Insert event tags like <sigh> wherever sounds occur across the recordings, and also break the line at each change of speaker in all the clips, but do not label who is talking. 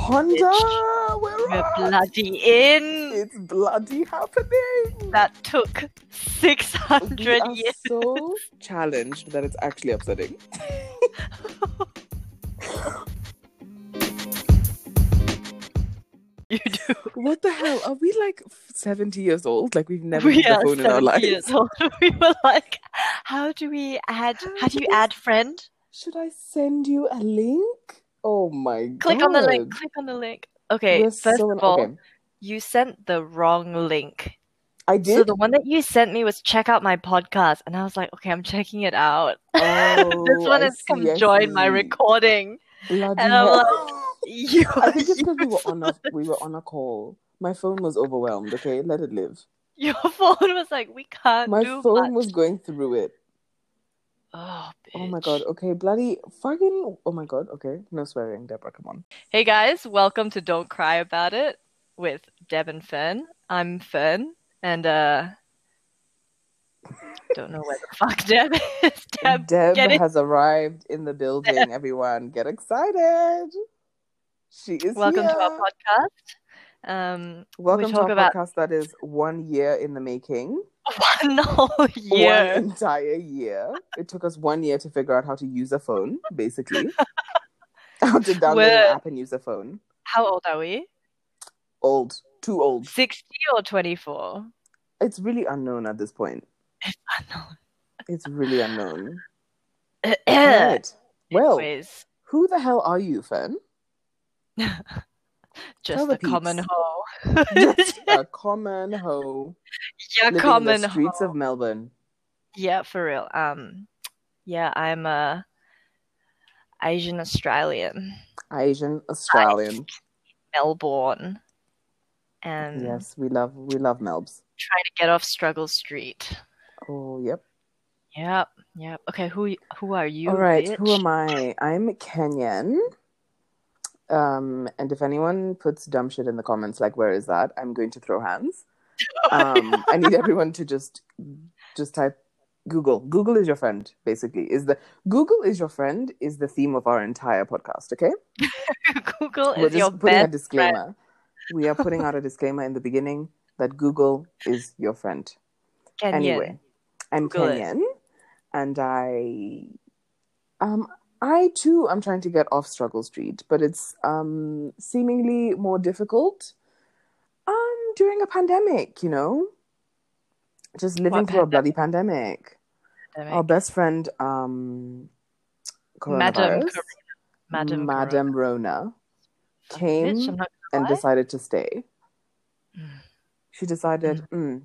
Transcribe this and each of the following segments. Wakanda, we're
We're
up.
bloody in.
It's bloody happening.
That took
we
600
are
years.
so challenged that it's actually upsetting.
<laughs> You do.
What the hell? Are we like 70 years old? Like we've never used a
are
phone in our
70
lives.
years old. <laughs> We were like, how do we add? How do you add friend?
Should I send you a link? Oh my god.
Click on the link. Click on the link. Okay,
We're
first
so in-
of all,
okay.
you sent the wrong link.
I did.
So the one that you sent me was check out my podcast, and I was like, okay, I'm checking it out. <laughs> this
Oh,
one
I
is come
see, I
join my
see.
recording.
Bloody
and I'm <laughs>
hell.
You
I
are
think it's
<laughs>
because we were
useless.
on a we were on a call. My phone was overwhelmed. Okay, let it
<laughs>
live.
Your phone was like, we can't
My
do
phone
much.
was going through it.
Oh,
Oh my
bitch.
god. Okay, bloody fucking. Oh my god. Okay, no swearing, Deborah. Come on.
Hey guys, welcome to Don't Cry About It with Deb and Fern. I'm Fern, and uh, don't know where the fuck <laughs> Deb is. Deb,
Deb
<laughs> get it.
has arrived in the building. Everyone, get excited. She is
welcome to
here.
our podcast. Um, <laughs>
Welcome
We
to
talk
our
about-
podcast that is one year in the making.
one whole year.
One entire year. It took us one year to figure out how to use a phone, basically.
<laughs>
how to download
We're-
an app and use a phone.
How old are we?
Old. Too old.
Sixty or twenty-four?
<clears throat> It's really unknown at this point. It's really unknown.
Unknown.
Right. Well,
Anyways,
who the hell are you, Fern?
just
tell the
the common
peeps. <laughs>
<laughs> hoe.
Just a common hoe
yeah,
living in
common
the
hoe.
streets of Melbourne.
Yeah, for real. Um, yeah, I'm a Asian Australian,
Asian Australian.
Melbourne, and
Yes, we love we love Melbs.
trying to get off Struggle Street.
Oh, yep.
Yep, yep. Okay, who who are you?
All right,
bitch?
who am I? I'm Kenyan. Um, and if anyone puts dumb shit in the comments, like where is that? I'm going to throw hands.
<laughs>
Um, I need everyone to just just type Google. Google is your friend, basically. Is the Google is your friend is the theme of our entire podcast. Okay,
<laughs> Google
we're
is
just
your
putting a
best
disclaimer. We are putting out a disclaimer in the beginning that Google is your friend.
Kenyan.
Anyway, I'm
Google it.
Kenyan, and I, um, I too am trying to get off struggle street, but it's um seemingly more difficult, um, during a pandemic. You know, just living through a
pandemic?
bloody pandemic.
Damn it.
Our best friend, um,
Madam
coronavirus,
Madam Corona.
Madam Rona,
Fuck,
came
bitch, I'm not
and
Why?
decided to stay.
Mm.
She decided, "Mm,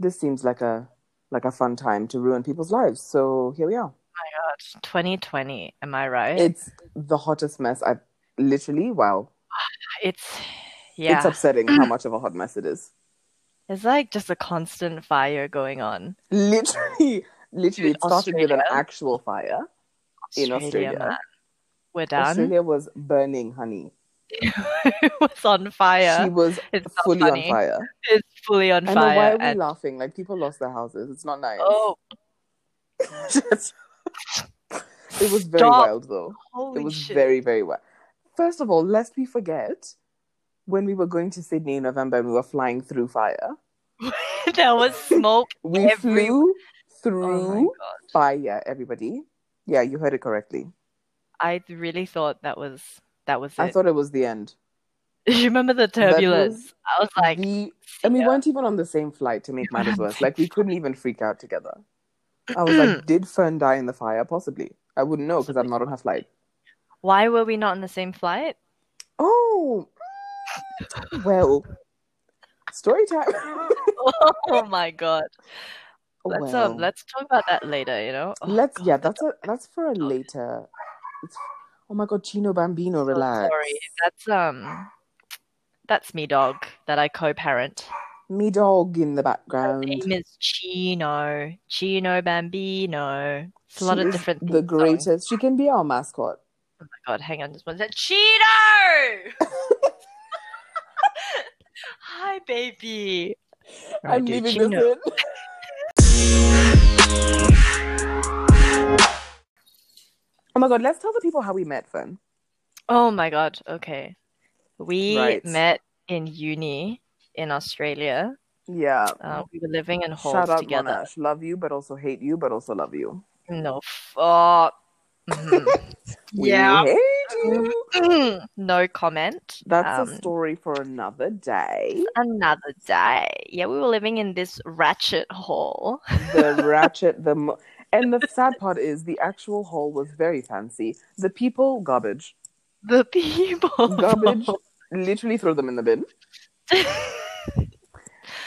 this seems like a like a fun time to ruin people's lives. So here we are.
God, 2020. Am I right?
It's the hottest mess I've literally wow.
it's yeah.
It's upsetting how much of a hot mess it is. <laughs>
it's like just a constant fire going on.
Literally, literally,
Dude,
it started with an
Australia.
actual fire in Australia.
man. We're down.
Australia was burning, honey.
it <laughs> was on fire.
She was
it's not
fully
funny.
on fire.
It's fully on
I know why
fire.
are we
and-
laughing? Like people lost their houses. It's not nice. <laughs>
oh,
it was very
Stop.
wild, though.
holy
it was
shit! <laughs>
very, very well. First of all, lest we forget, when we were going to Sydney in November and we were flying through fire,
there was smoke.
we
Every-
flew
oh my
through
god!
fire, everybody. Yeah, you heard it correctly.
I really thought that was that was it.
I thought it was the end.
<laughs> you remember the turbulence?
was
I was like,
the,
see
and we
ya.
weren't even on the same flight to make
weren't
matters
on the
worse.
same <laughs>
Like, we couldn't even freak out together. I was
<clears throat>
like, did Fern die in the fire? Possibly. I wouldn't know because I'm not on her flight.
why were we not on the same flight? <laughs>
Oh, well, story time.
oh my god! Let's
Oh, Well.
um, let's talk about that later. You know, Oh
Let's
God,
yeah,
that-
that's a that's for a later. It's, oh my god, Chino Bambino,
so
relax.
Sorry, that's um, that's me dog that I co-parent.
Me dog in the
Her
background.
name is Chino, Chino Bambino. It's a lot
She
of
is
different.
The
theme songs.
greatest. She can be our mascot.
Oh God, hang on just one sec. Cheeto! <laughs> Hi, baby. Right,
I'm
dude,
leaving
Chino.
this
<laughs>
in. Oh my god, let's tell the people how we met, Fern.
Oh my god. Okay. We
Right.
met in uni in Australia.
Yeah.
Uh, we were living in halls
Shout out
together.
Monash. Love you, but also hate you, but also love you.
No, f- oh, mhm.
<laughs> We
yeah, Mm-hmm.
hate
<laughs>
you.
no comment.
That's a
Um,
story for another day.
another day. Yeah, we were living in this ratchet hall. <laughs>
The ratchet, the mo- and the sad part is the actual hall was very fancy. The people, garbage,
The people. <laughs>
garbage. literally throw them in the bin.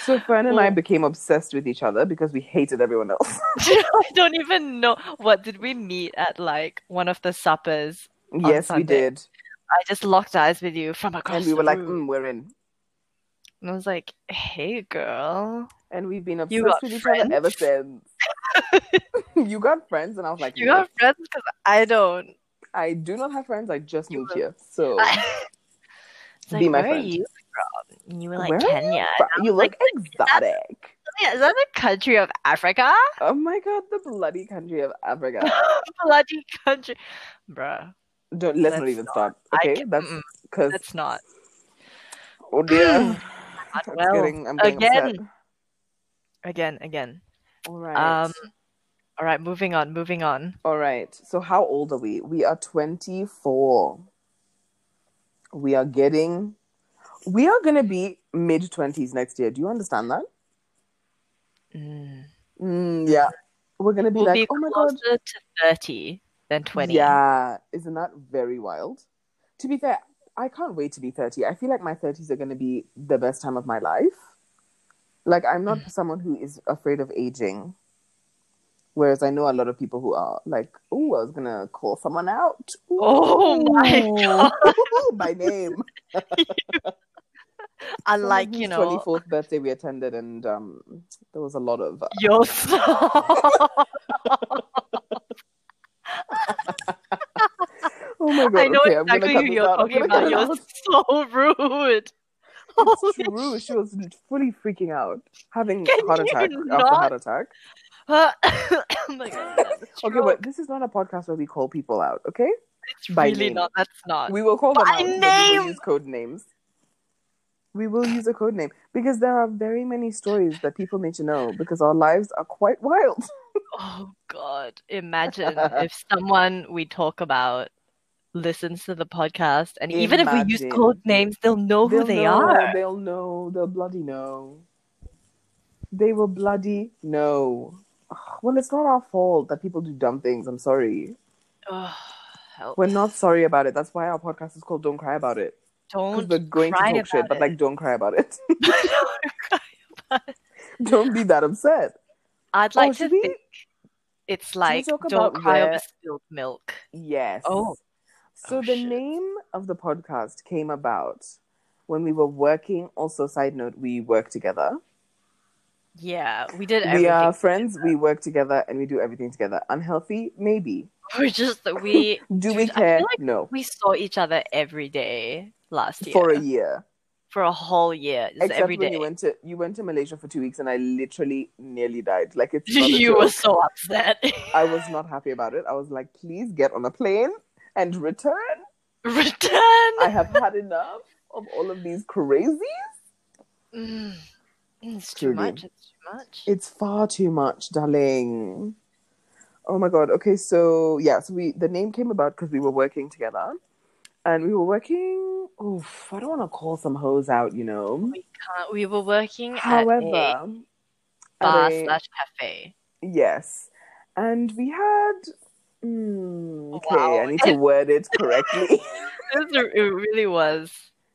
So Fern and I
Well-
became obsessed with each other because we hated everyone else.
<laughs> I don't even know. What did we meet at like one of the suppers?
<laughs> yes, we
Sunday.
did,
I just locked eyes with you from across
and we
the
were like, mm,
room.
"We're in."
And I was like, hey, girl.
And we've been
You
obsessed
got
with each other ever since. <laughs> you got friends, and I was like,
You
"No,
got friends? Because I
<laughs>
don't. <laughs>
I do not have friends. I just
You
moved
got-
here,
<laughs>
so
It's like,
Be my
where are
friend.
you from? And you were like,
Where are you
Kenya.
But you look exotic."
Yeah, Is that the country of Africa?
Oh my god, the bloody country of Africa!
<laughs> Bloody country. Bruh.
Don't let's, not
Let's
even start.
I
Okay,
can't-
that's
mm-mm,
because
That's not.
oh dear,
<sighs>
<laughs>
Not
It's
well.
getting- I'm getting
Again.
upset.
Again, again.
All right.
Um, all right, moving on, moving on.
All right. So how old are we? We are 24. We are getting we are going to be mid 20s next year. Do you understand that?
Mm.
Mm, yeah. We're going to be
We'll
like,
be
"Oh my god.
closer to 30 than 20.
Yeah, isn't that very wild?" To be fair, I can't wait to be 30. I feel like my 30s are going to be the best time of my life. Like I'm not
Mm.
someone who is afraid of aging. Whereas I know a lot of people who are like, "Oh, I was going to call someone out."
Oh my
<laughs>
God.
Ooh, by name.
<laughs> Unlike, you
twenty
know,
fourth birthday we attended, and um, there was a lot of uh, <laughs>
yourself.
oh my god.
I know
okay, I'm gonna
exactly
cut
who
this
you're
out. I'm
talking
gonna cut
about. You're
it
so rude. Oh,
out. <laughs> It's
<laughs> Holy
true.
sh-
She was fully freaking out, having
Can
heart
you
attack after
not?
heart attack.
oh my god.
<laughs>
that's
Okay,
true.
but this is not a podcast where we call people out. Okay,
it's
by
really
name.
not. That's not.
we will call them
By
out, but we
name!
will use code names. We will use a code name because there are very many stories that people need to know because our lives are quite wild.
Oh god. Imagine
<laughs>
if someone we talk about listens to the podcast and even if we use
Imagine.
code names, they'll know who
They'll
they
know,
are.
They'll know. They'll bloody know. They will bloody know. Ugh, Well, it's not our fault that people do dumb things. I'm sorry.
Oh, help.
We're not sorry about it. That's why our podcast is called Don't Cry About It. Because
Don't
we're going to
cry
talk shit,
about
but
it.
like, don't cry about it. <laughs> don't be that upset.
<laughs> I'd
oh,
like to
should we?
think it's like
talk
don't
about
cry over
where-
spilled milk.
Yes.
Oh.
So
Oh,
the
shit.
name of the podcast came about when we were working. Also, side note, we work together.
Yeah, we did everything.
We are friends. We work together, and we do everything together. Unhealthy, maybe.
<laughs> We're just we
Do we
Dude, I feel
care?
like
no.
we saw each other every day last year
For a year,
For a whole year, just
except
every
when
day. <laughs>
you went to you went to Malaysia for two weeks, and I literally nearly died. Like
<laughs>
it's not a
you
joke.
were so upset.
I was not happy about it. I was like, please get on a plane and return.
<laughs> Return.
I have had enough of all of these crazy.
Mm. It's too
Truly.
much. It's too much.
It's far too much, darling. Oh my god. Okay, so yeah, so we the name came about because we were working together, and we were working. Oof, I don't want to call some hoes out, you know.
Uh, we were working at a
However, at
bar
a-
slash cafe. <laughs>
yes, and we had. Mm, okay,
Oh, Wow.
I need
<laughs>
to word it correctly. <laughs>
This- it really was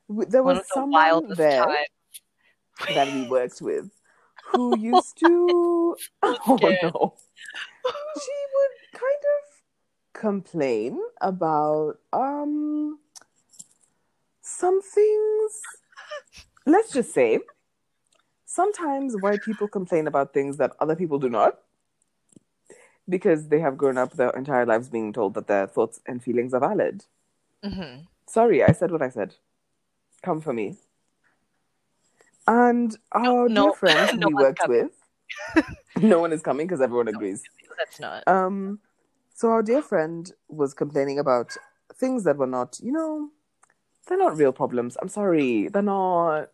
W- there
one
was
of the
someone
wildest
there
times.
that
<laughs>
we worked with who used to. <laughs> oh
scared.
no. She would kind of complain about um some things. Let's just say sometimes white people complain about things that other people do not because they have grown up their entire lives being told that their thoughts and feelings are valid.
Mhm.
Sorry, I said what I said. Come for me. And our
No,
dear friends
<laughs> no
we
one's
worked
coming.
with, <laughs> no one is coming because everyone agrees.
That's not.
Um, so our dear friend was complaining about things that were not, you know, They're not real problems. I'm sorry. They're not.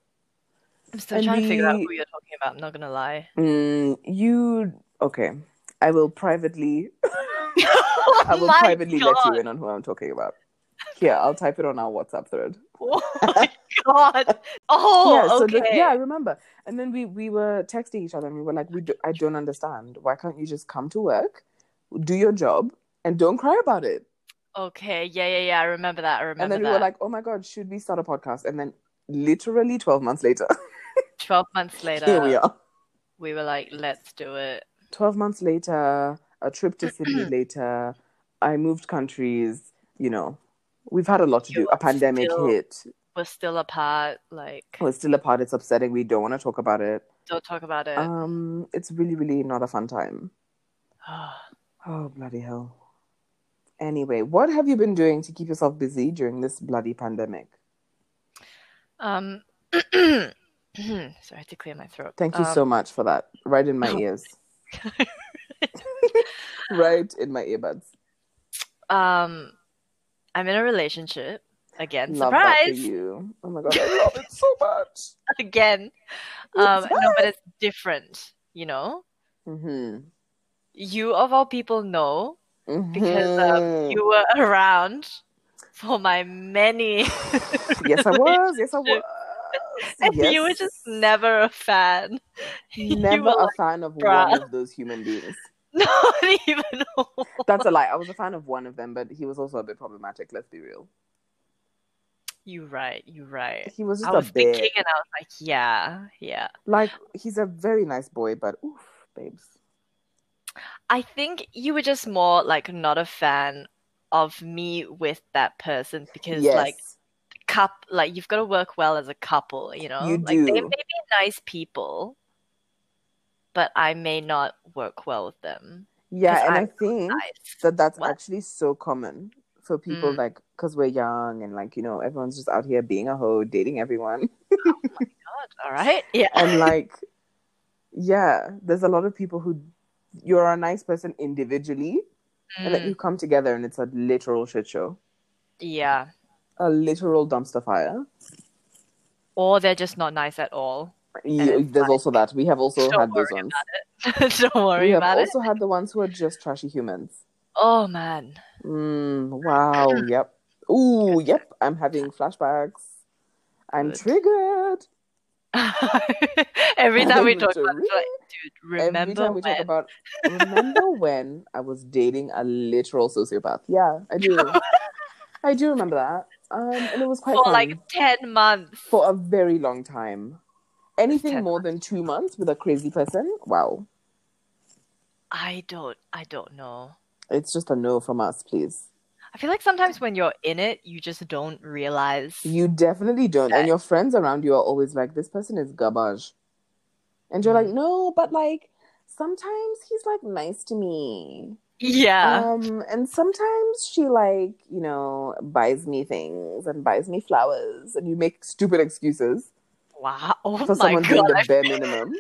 I'm still
And
trying to figure out
we-
who you're talking about. I'm not gonna lie.
Mm, you. Okay. I will privately. I will
<laughs> My
privately let
God.
you in on who I'm talking about. Here, I'll type it on our WhatsApp thread.
<laughs> Oh my god. Oh,
yeah, so the-
okay.
yeah, I remember. And then we we were texting each other, and we were like, "We do, I don't understand. Why can't you just come to work, do your job, and don't cry about it?"
Okay. Yeah, yeah, yeah. I remember that. I remember
and then
that.
we were like, "Oh my god, should we start a podcast?" And then literally twelve months later, <laughs>
Twelve months later,
here we are.
we were like, let's do it.
Twelve months later, a trip to
<clears throat>
Sydney later. I moved countries. You know, we've had a lot to
You
do. A
are
pandemic
still-
hit.
We're still apart. Like,
We're still apart. It's upsetting. We don't want to talk about it.
don't talk about it.
Um, it's really, really not a fun time. Oh, bloody hell. Anyway, what have you been doing to keep yourself busy during this bloody pandemic?
<sighs> um, <clears throat> sorry, I had to clear my throat.
Thank you
Um,
so much for that. Right in
<laughs>
my ears. right in my earbuds.
Um, I'm in a relationship again.
Love that for
Surprise!
you. Oh my god, I love it so much.
<laughs> Again. Um, no, but it's different. You know,
Mhm.
you of all people know Because, um,
Mhm.
you were <laughs> around for my
<laughs>
many,
yes,
<laughs>
I was. Yes, I was.
relationship. and you were
Yes.
just never a fan. <laughs> You
never
were
a
like, <laughs>
fan of
"Bruh."
one of those human beings.
not even.
That's a lie. I was a fan of one of them, but he was also a bit problematic. Let's be real.
You right, you right.
He was just
I
a
was
bit.
thinking, and I was like, yeah, yeah.
Like he's a very nice boy, but oof, babes.
I think you were just more like not a fan of me with that person because like cup like you've got to work well as a couple you know
You
like they may
do.
be nice people but i may not work well with them
yeah,
'cause
and i
I'm
think
nice
that that's
What?
actually so common for people,
Mm.
like because we're young and like you know everyone's just out here being a hoe, dating everyone, <laughs>
God, all right yeah
and like yeah, there's a lot of people who you're a nice person individually, and then
Mm,
you come together and it's a literal shit show,
yeah
a literal dumpster fire.
or they're just not nice at all <laughs>
You,
it's
there's
like-
also that we have also
Don't
had those
worry
ones.
don't worry
We have
about it
also had the ones who are just trashy humans.
oh man <laughs>
Mm, wow. Yep. Ooh. Yep. I'm having flashbacks. I'm
Good.
triggered.
every time we
I'm
talk about it,
triggered.
like, dude
Every
remember
time we talk
when
about,
<laughs>
remember when I was dating a literal sociopath? Yeah, I
<laughs>
do. I do remember that. Um, and it was quite
for
fun
like 10 months
for a very long time. Anything
Ten
more than two months with a crazy person? Wow.
i don't i don't know
It's just a no from us, please.
I feel like sometimes when you're in it, you just don't realize.
You definitely don't. And
That-
your friends around you are always like, this person is garbage. And you're
Mm.
like, no, but like sometimes he's like nice to me.
yeah.
Um, and sometimes she like, you know, buys me things and buys me flowers. And you make stupid excuses
wow. <laughs> Oh
for
my
someone doing
god.
the <laughs> bare minimum.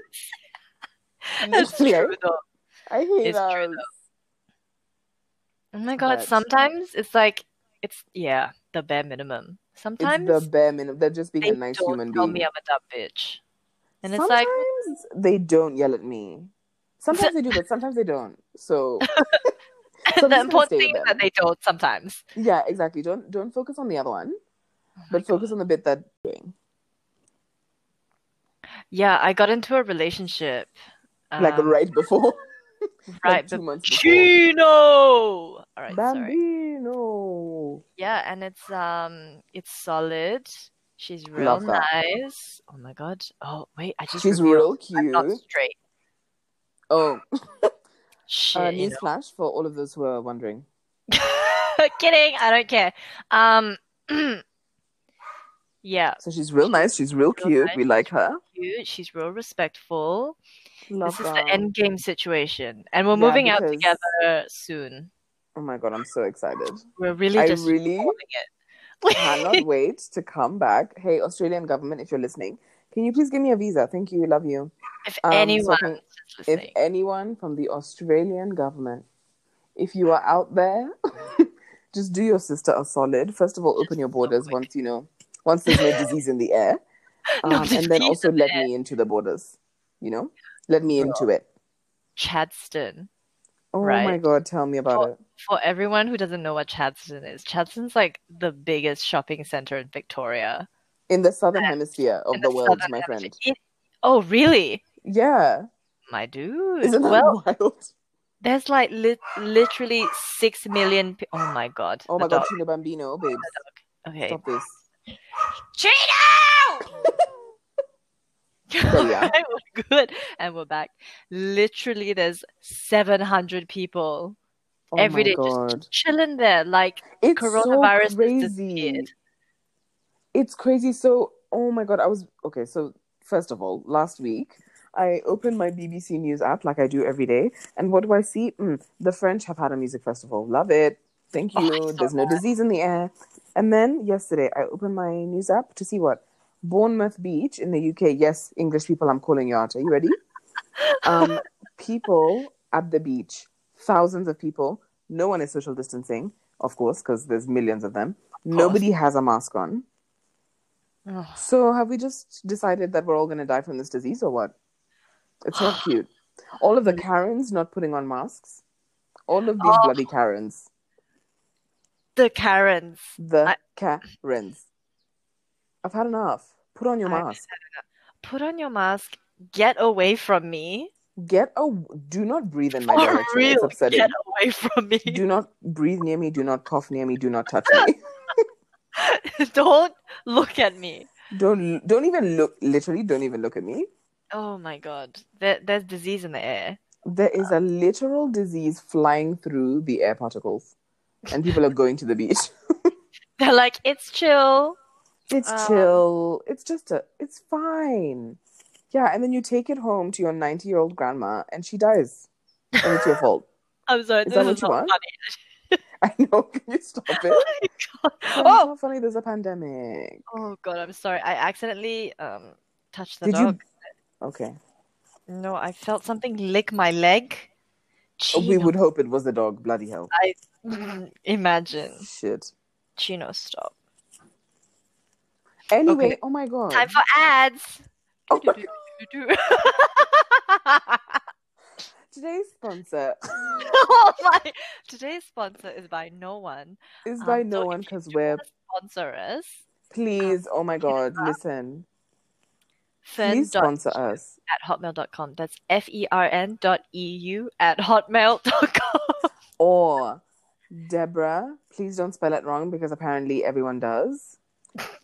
That's
Literally,
true though. <laughs>
I, I hate
It's true,
those.
Oh my god.
But-
Sometimes it's like it's yeah the bare minimum. Sometimes
It's the bare minimum. They're just being
they
a nice
don't
human
tell
being.
me I'm a dumb bitch, and it's
sometimes
like <laughs>
they don't yell at me. Sometimes they do, but sometimes they don't.
<laughs>
So <laughs> so I'm just
the
gonna
important
stay
thing is
with
that
them.
they don't sometimes.
Yeah, exactly. Don't don't focus on the other one, but focus on the bit that doing.
Yeah, I got into a relationship.
Like
um,
right
<laughs>
before,
right
like two
be-
months before.
Chino. All right, sorry.
Bambino.
Yeah, and it's um it's solid. She's real
Love that.
nice. Oh my god. Oh wait, I just
She's
revealed
real
I'm not
cute.
straight.
Oh,
Shit.
uh,
you know.
newsflash for all of those who are wondering.
<laughs> Kidding, I don't care. Um <clears throat> yeah,
So she's real nice. She's real
Real
cute.
nice.
We like her.
cute. She's real respectful.
Love
this is
that.
the end game situation. And we're
Yeah,
moving out
because-
together soon.
Oh my god, I'm so excited.
We're really
I
just
really-
forming it. <laughs>
Cannot wait to come back. Hey, Australian government, if you're listening, can you please give me a visa? Thank you. Love you.
if
Um, so I
anyone
can-
is
if
listening.
anyone from the Australian government, if you <laughs> are out there, just do your sister a solid. First of all, open your borders
quick.
once you know once there's
<laughs>
no disease in the air.
No
Um, and then
disease
also
in the
let
air.
me into the borders, you know? Let me into it.
Chadston.
Oh my
Right.
God, tell me about it.
For everyone who doesn't know what Chadston is, Chadston's like the biggest shopping center in Victoria.
In the southern hemisphere of
In
the, world,
southern
my
hemisphere.
friend.
It- oh, really?
Yeah.
My dude.
Isn't that
well,
<laughs> wild?
there's like lit literally six million. Pe- oh my god.
Oh
the
my God,
dog.
Chino Bambino, babes.
Okay.
Stop this. <laughs>
Chino!
Carry on.
Alright, <laughs> we're good. And we're back. Literally, there's 700 people
Oh
every
my
day
God.
just chilling there. Like,
It's
Coronavirus has
so crazy.
disappeared.
It's crazy. So, oh my god, I was okay. So, first of all, last week I opened my BBC News app like I do every day, and what do I see? Mm, the French have had a music festival. Love it. Thank
Oh, I
you.
saw
There's no disease in the air. And then yesterday I opened my news app to see what Bournemouth Beach in the UK. Yes, English people, I'm calling you out. Are you
<laughs>
ready? um, people at the beach, thousands of people. No one is social distancing, of course, because there's millions of them. Nobody has a mask on.
ugh,
So have we just decided that we're all going to die from this disease or what? It's
<sighs>
not cute. All of the Karens not putting on masks. All of these
Oh.
bloody Karens.
the Karens.
The
I-
Karens. I've had enough. Put on your
I've
mask.
Put on your mask. Get away from me.
Get a. Do not breathe in my
For
direction. It's
real,
upsetting.
Get away from me.
Do not breathe near me. Do not cough near me. Do not touch
<laughs>
me.
Don't look at me.
don't don't even look literally don't even look at me
Oh my god. There, there's disease in the air. <laughs>
there is a literal disease flying through the air particles and people are going to the beach <laughs>
They're like, it's chill.
it's
Um,
chill it's just a it's fine yeah and then you take it home to your 90 year old grandma and she dies and it's your fault <laughs>
I'm sorry.
Is
This
that what
is
you
not
want?
funny.
i know <laughs> can you stop it
Oh,
oh how funny there's a pandemic
Oh god, I'm sorry. I accidentally um touched the
Did you-
dog.
okay
No, I felt something lick my leg.
Oh, we
Chino.
would hope it was the dog bloody hell
<laughs> Imagine.
shit
Chino, stop.
anyway oh my god
Time for ads.
Oh my
Do-do-do-do-do-do.
<laughs> today's sponsor
<laughs> Oh my- Today's sponsor is by no one.
is
Um,
by
so
no
if
one
you
because
do
we're
wanna Sponsor us.
Please, oh my god, listen. Please
Fern.eu
sponsor us.
at hotmail.com. That's F E R N dot E U at hotmail.com.
Or Deborah, please don't spell it wrong because apparently everyone does.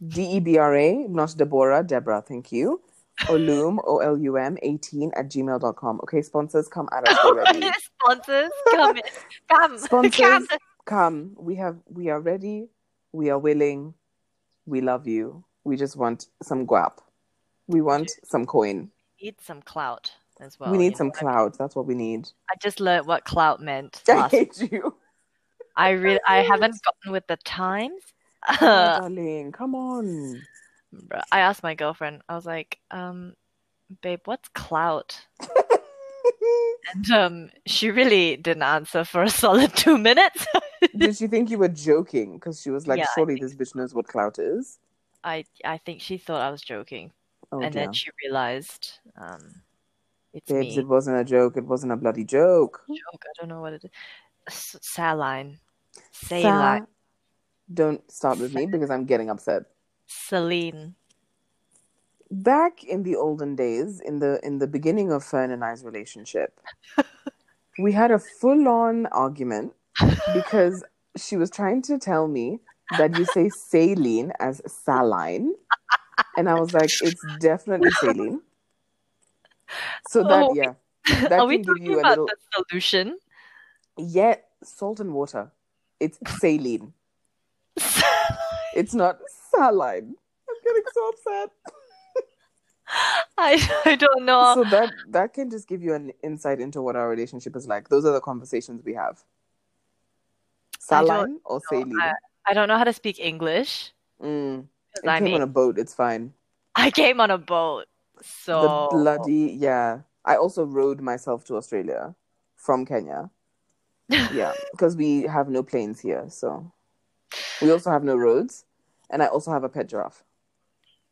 D E B R A, not Deborah, Deborah, thank you. Olum, O L U M 18 at gmail.com. Okay, sponsors, come at us
<laughs>
already.
Sponsors, come in. Come. Come.
Sponsors, come. We have we are ready. We are willing. We love you. We just want some guap. We want some coin.
need some clout as well.
We
you
need
know.
some clout. That's what we need. <laughs>
I just learned what clout meant.
I
Last.
hate you.
I re- I
clout.
haven't gotten with the times. <laughs>
Oh,
Bruh,
darling, come
<laughs>
on.
I asked my girlfriend. I was like, um, babe, what's clout? <laughs> And um, she really didn't answer for a solid <laughs> two minutes.
Did she think you were joking? Because she was like,
Yeah, I
surely this bitch knows what clout is.
I I think she thought I was joking,
Oh,
and
dear.
then she realized um, it's
Babes,
me.
it wasn't a joke. It wasn't a bloody joke.
joke. I don't know what it is. S- Saline,
Sa-
Saline,
Don't start with me because I'm getting upset.
Celine.
Back in the olden days, in the in the beginning of Fern and I's relationship, we had a full on argument because she was trying to tell me that you say saline as saline. And I was like, it's definitely saline. So that,
Oh,
yeah, that
Are we
can give
talking
you a
about
little.
the solution? <laughs>
Yeah, salt and water. It's saline. It's not saline. I'm getting so upset.
I, I don't know.
So that that can just give you an insight into what our relationship is like. Those are the conversations we have.
I don't
Saline or
know.
saline?
I, I don't know how to speak English
Mm.
'cause
It
I
came on
mean,
a boat. It's fine.
I came on a boat.
The
So <laughs>
bloody yeah. I also rode myself to Australia from Kenya. Yeah, because we have no planes here, so we also have no roads, and I also have a pet giraffe.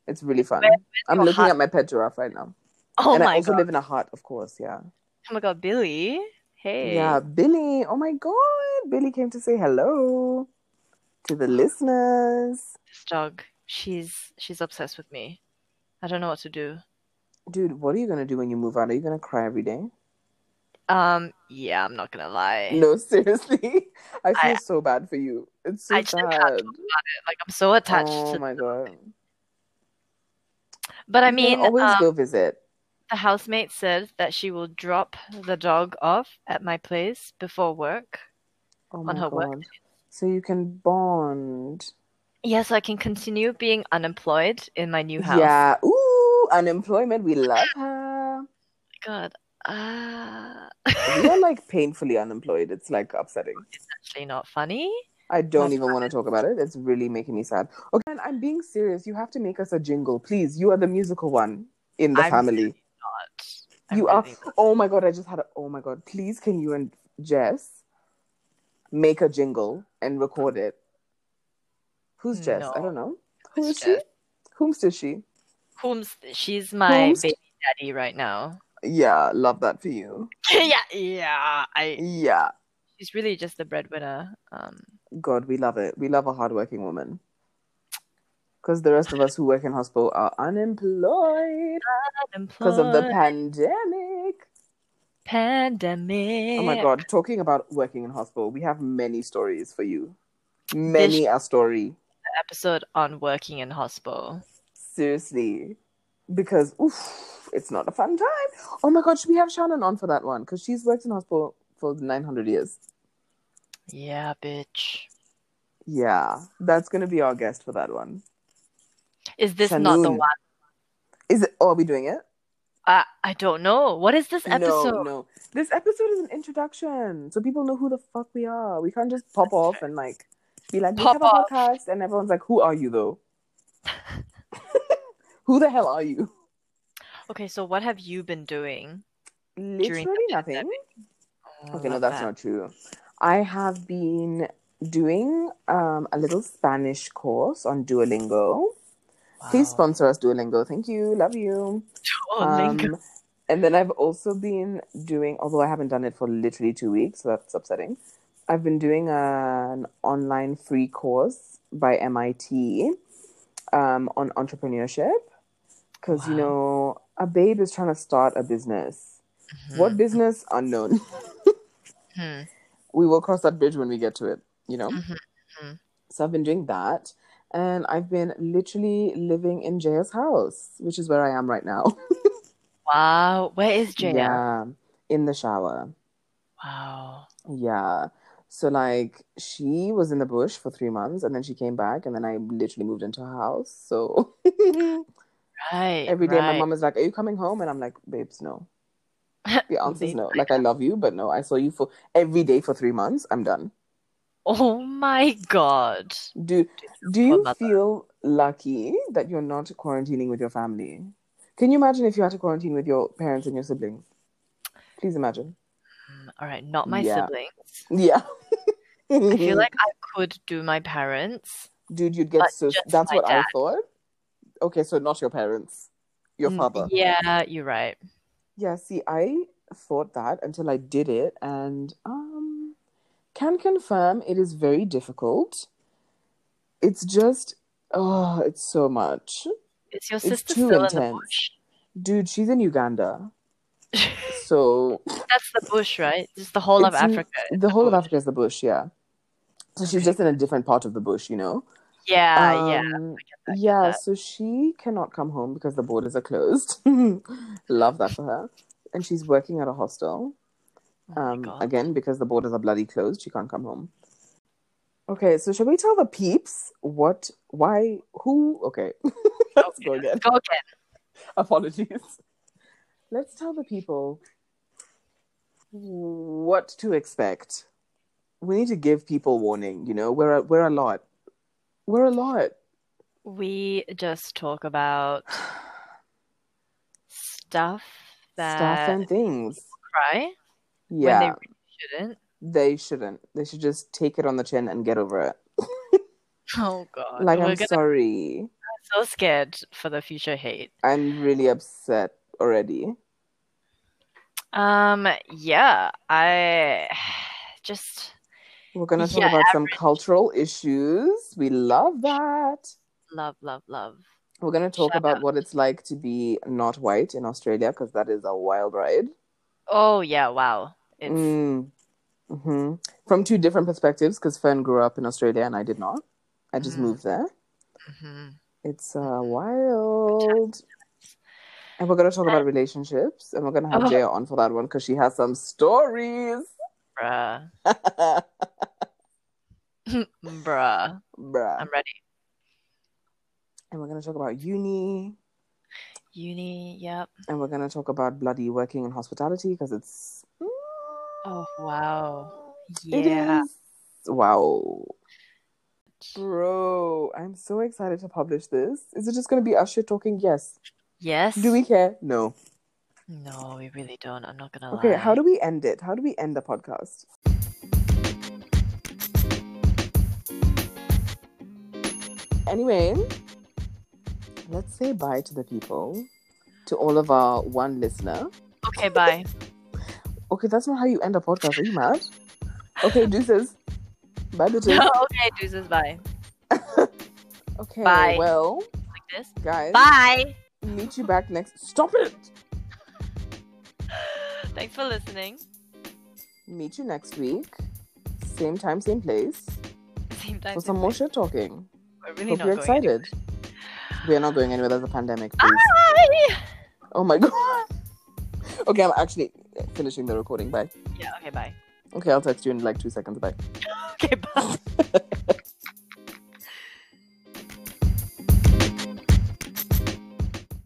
It's really fun.
Where-
I'm
your
looking at
heart?
my pet giraffe right now.
Oh
and I
my
also
god.
live in a hut, of course, yeah.
Oh my god, Billy. Hey.
Yeah, Billy. Oh my god. Billy came to say hello to the listeners.
This dog. She's she's obsessed with me. I don't know what to do.
Dude, what are you gonna do when you move out? Are you gonna cry every day?
Um, yeah, I'm not gonna lie.
No, <laughs> seriously. I feel
Eh. I-
so bad for you. It's so
I just can't
sad.
Like I'm so attached
Oh
to
my god.
But I
You can
mean
always
um,
go visit.
the housemate said that she will drop the dog off at my place before work.
Oh
on
my
her
god.
work
So you can bond.
Yes, I can continue being unemployed in my new house.
Yeah. Ooh, unemployment. We love her.
God. Uh,
we are like painfully unemployed. It's like upsetting.
actually not funny.
I don't
That's
even want to talk about it. It's really making me sad. Okay, and I'm being serious. You have to make us a jingle, please. You are the musical one in the
I'm
family.
really not. I'm
you are.
really not.
Oh my god! I just had a. Oh my god! Please, can you and Jess make a jingle and record it? Who's Jess?
No.
I don't know. Who
Who's
is she?
Jess?
Whomst is she?
Whom's she's my
Whomst?
baby daddy right now. <laughs>
Yeah, love that for you.
yeah, yeah. I
Yeah,
she's really just the breadwinner. Um,
God, we love it. We love a hardworking woman. Because the rest of us who work in hospital are unemployed. because of the
unemployed,
pandemic.
pandemic.
Oh my god, talking about working in hospital, we have many stories for you. Many a story,
Episode on working in hospital.
seriously, because oof, it's not a fun time. Oh my god, should we have Shannon on for that one? Because she's worked in hospital for 900 years.
Yeah, bitch.
Yeah, that's gonna be our guest for that one.
Is this not the
Shanoon.
one?
Is it? Oh, are we doing it?
I I don't know. What is this
No,
episode?
no. This episode is an introduction, so people know who the fuck we are. We can't just pop off and like be like, we
Pop
have
off.
a podcast, and everyone's like, who are you
<laughs>
though? <laughs> who the hell are you?
Okay, so what have you been doing?
Literally
the
nothing.
pandemic. Oh,
Okay, no,
love
that's
that.
not true. I have been doing um, a little Spanish course on Duolingo. Please
Wow.
sponsor us, Duolingo. Thank you. Love you.
Duolingo.
Um, and then I've also been doing, although I haven't done it for literally two weeks, so that's upsetting. I've been doing an online free course by MIT um, on entrepreneurship because, you
Wow.
know, a babe is trying to start a business. What
Mhm,
business? Unknown. <laughs>
mhm.
we will cross that bridge when we get to it, you know?
Mhm, mhm.
So I've been doing that. And I've been literally living in Jaya's house, which is where I am right now.
Wow. Where is Jaya?
Yeah, in the shower.
Wow.
Yeah. So like she was in the bush for three months and then she came back and then I literally moved into her house. So <laughs>
Right.
every day my
right.
mom is like, Are you coming home? And I'm like, Babes,
<laughs>
no. The answer is
Babe,
no. Like I love you, but no, I saw you for every day for three months. I'm done.
<laughs> Oh my god. Mm,
Do do you
mother.
feel lucky that you're not quarantining with your family? Can you imagine if you had to quarantine with your parents and your siblings? Please imagine.
Mm, All right, not my
Yeah.
siblings.
Yeah.
I
<laughs>
feel like I could do my parents.
dude you'd get
But
so
just
that's
my
what i
dad.
thought okay so not your parents your
Mm,
father
Yeah, you're right.
yeah see i thought that until i did it and um can confirm it is very difficult it's just oh it's so much
Is your
It's
sister
too
still in the
intense.
bush?
dude she's in
<laughs>
uganda so
That's the bush, right? Just the whole of
It's n-
Africa. is
the whole of
bush.
africa is the bush yeah so she's
Okay.
just in a different part of the bush you know
Yeah, Uh, yeah.
Um,
that, I get
yeah,
that.
so she cannot come home because the borders are closed. <laughs> Love that for her. And she's working at a hostel.
Oh my
Um,
God.
again, because the borders are bloody closed, she can't come home. Okay, so shall we tell the peeps what, why, who? Okay, <laughs> let's go again.
Go again.
Apologies. Let's tell the people what to expect. We need to give people warning. You know, we're a, we're a lot. We're a lot.
We just talk about stuff
Stuff
that
and things.
cry
Yeah.
when they really shouldn't. <laughs>
they shouldn't. They should just take it on the chin and get over it.
Oh God.
Like, I'm
We're gonna
sorry.
so scared for the future hate.
I'm really upset already.
Um, yeah, I <sighs> just
We're gonna talk
Yeah,
about some cultural issues. We love that.
love, love, love.
We're gonna talk
Shout
about
out.
what it's like to be not white in Australia because that is a wild ride.
Oh yeah, wow. It's
Mm. hmm From two different perspectives, because Fern grew up in Australia and I did not. I just
Mhm.
moved there.
mhm.
It's uh, wild. And we're going to talk about relationships. And we're going to have
Oh.
Jaya on for that one because she has some stories. <laughs>
bruh,
Bruh.
bruh. I'm ready.
And we're going to talk about uni.
Uni, yep.
And we're going to talk about bloody working in hospitality because it's.
Oh wow.
It
Yeah.
is. Wow. Bro, I'm so excited to publish this. Is it just going to be us shit talking? Yes.
Yes.
Do we care? No.
No, we really don't. I'm not gonna
Okay,
lie.
how do we end it? How do we end the podcast? Anyway, let's say bye to the people, to all of our one listener. <laughs>
Okay, bye.
Okay, that's not how you end a podcast. Are you mad? Okay, deuces. Bye,
<laughs>
bitches.
okay, deuces, bye.
Okay,
Bye.
well,
Like this.
guys,
Bye. <laughs>
meet you back next. Stop it!
Thanks for listening. <laughs>
Meet you next week. Same time, same place.
Same time.
For some more shit talking.
We're really
Hope
not
you're
going Ah!
excited. We are not going anywhere. There's a pandemic, please.
anywhere. <laughs> Bye.
Oh my <laughs> god. Okay, I'm actually finishing the recording. Bye.
Yeah. Okay. Bye.
<laughs> Okay, I'll text you in like two seconds. Bye.
Okay. Bye.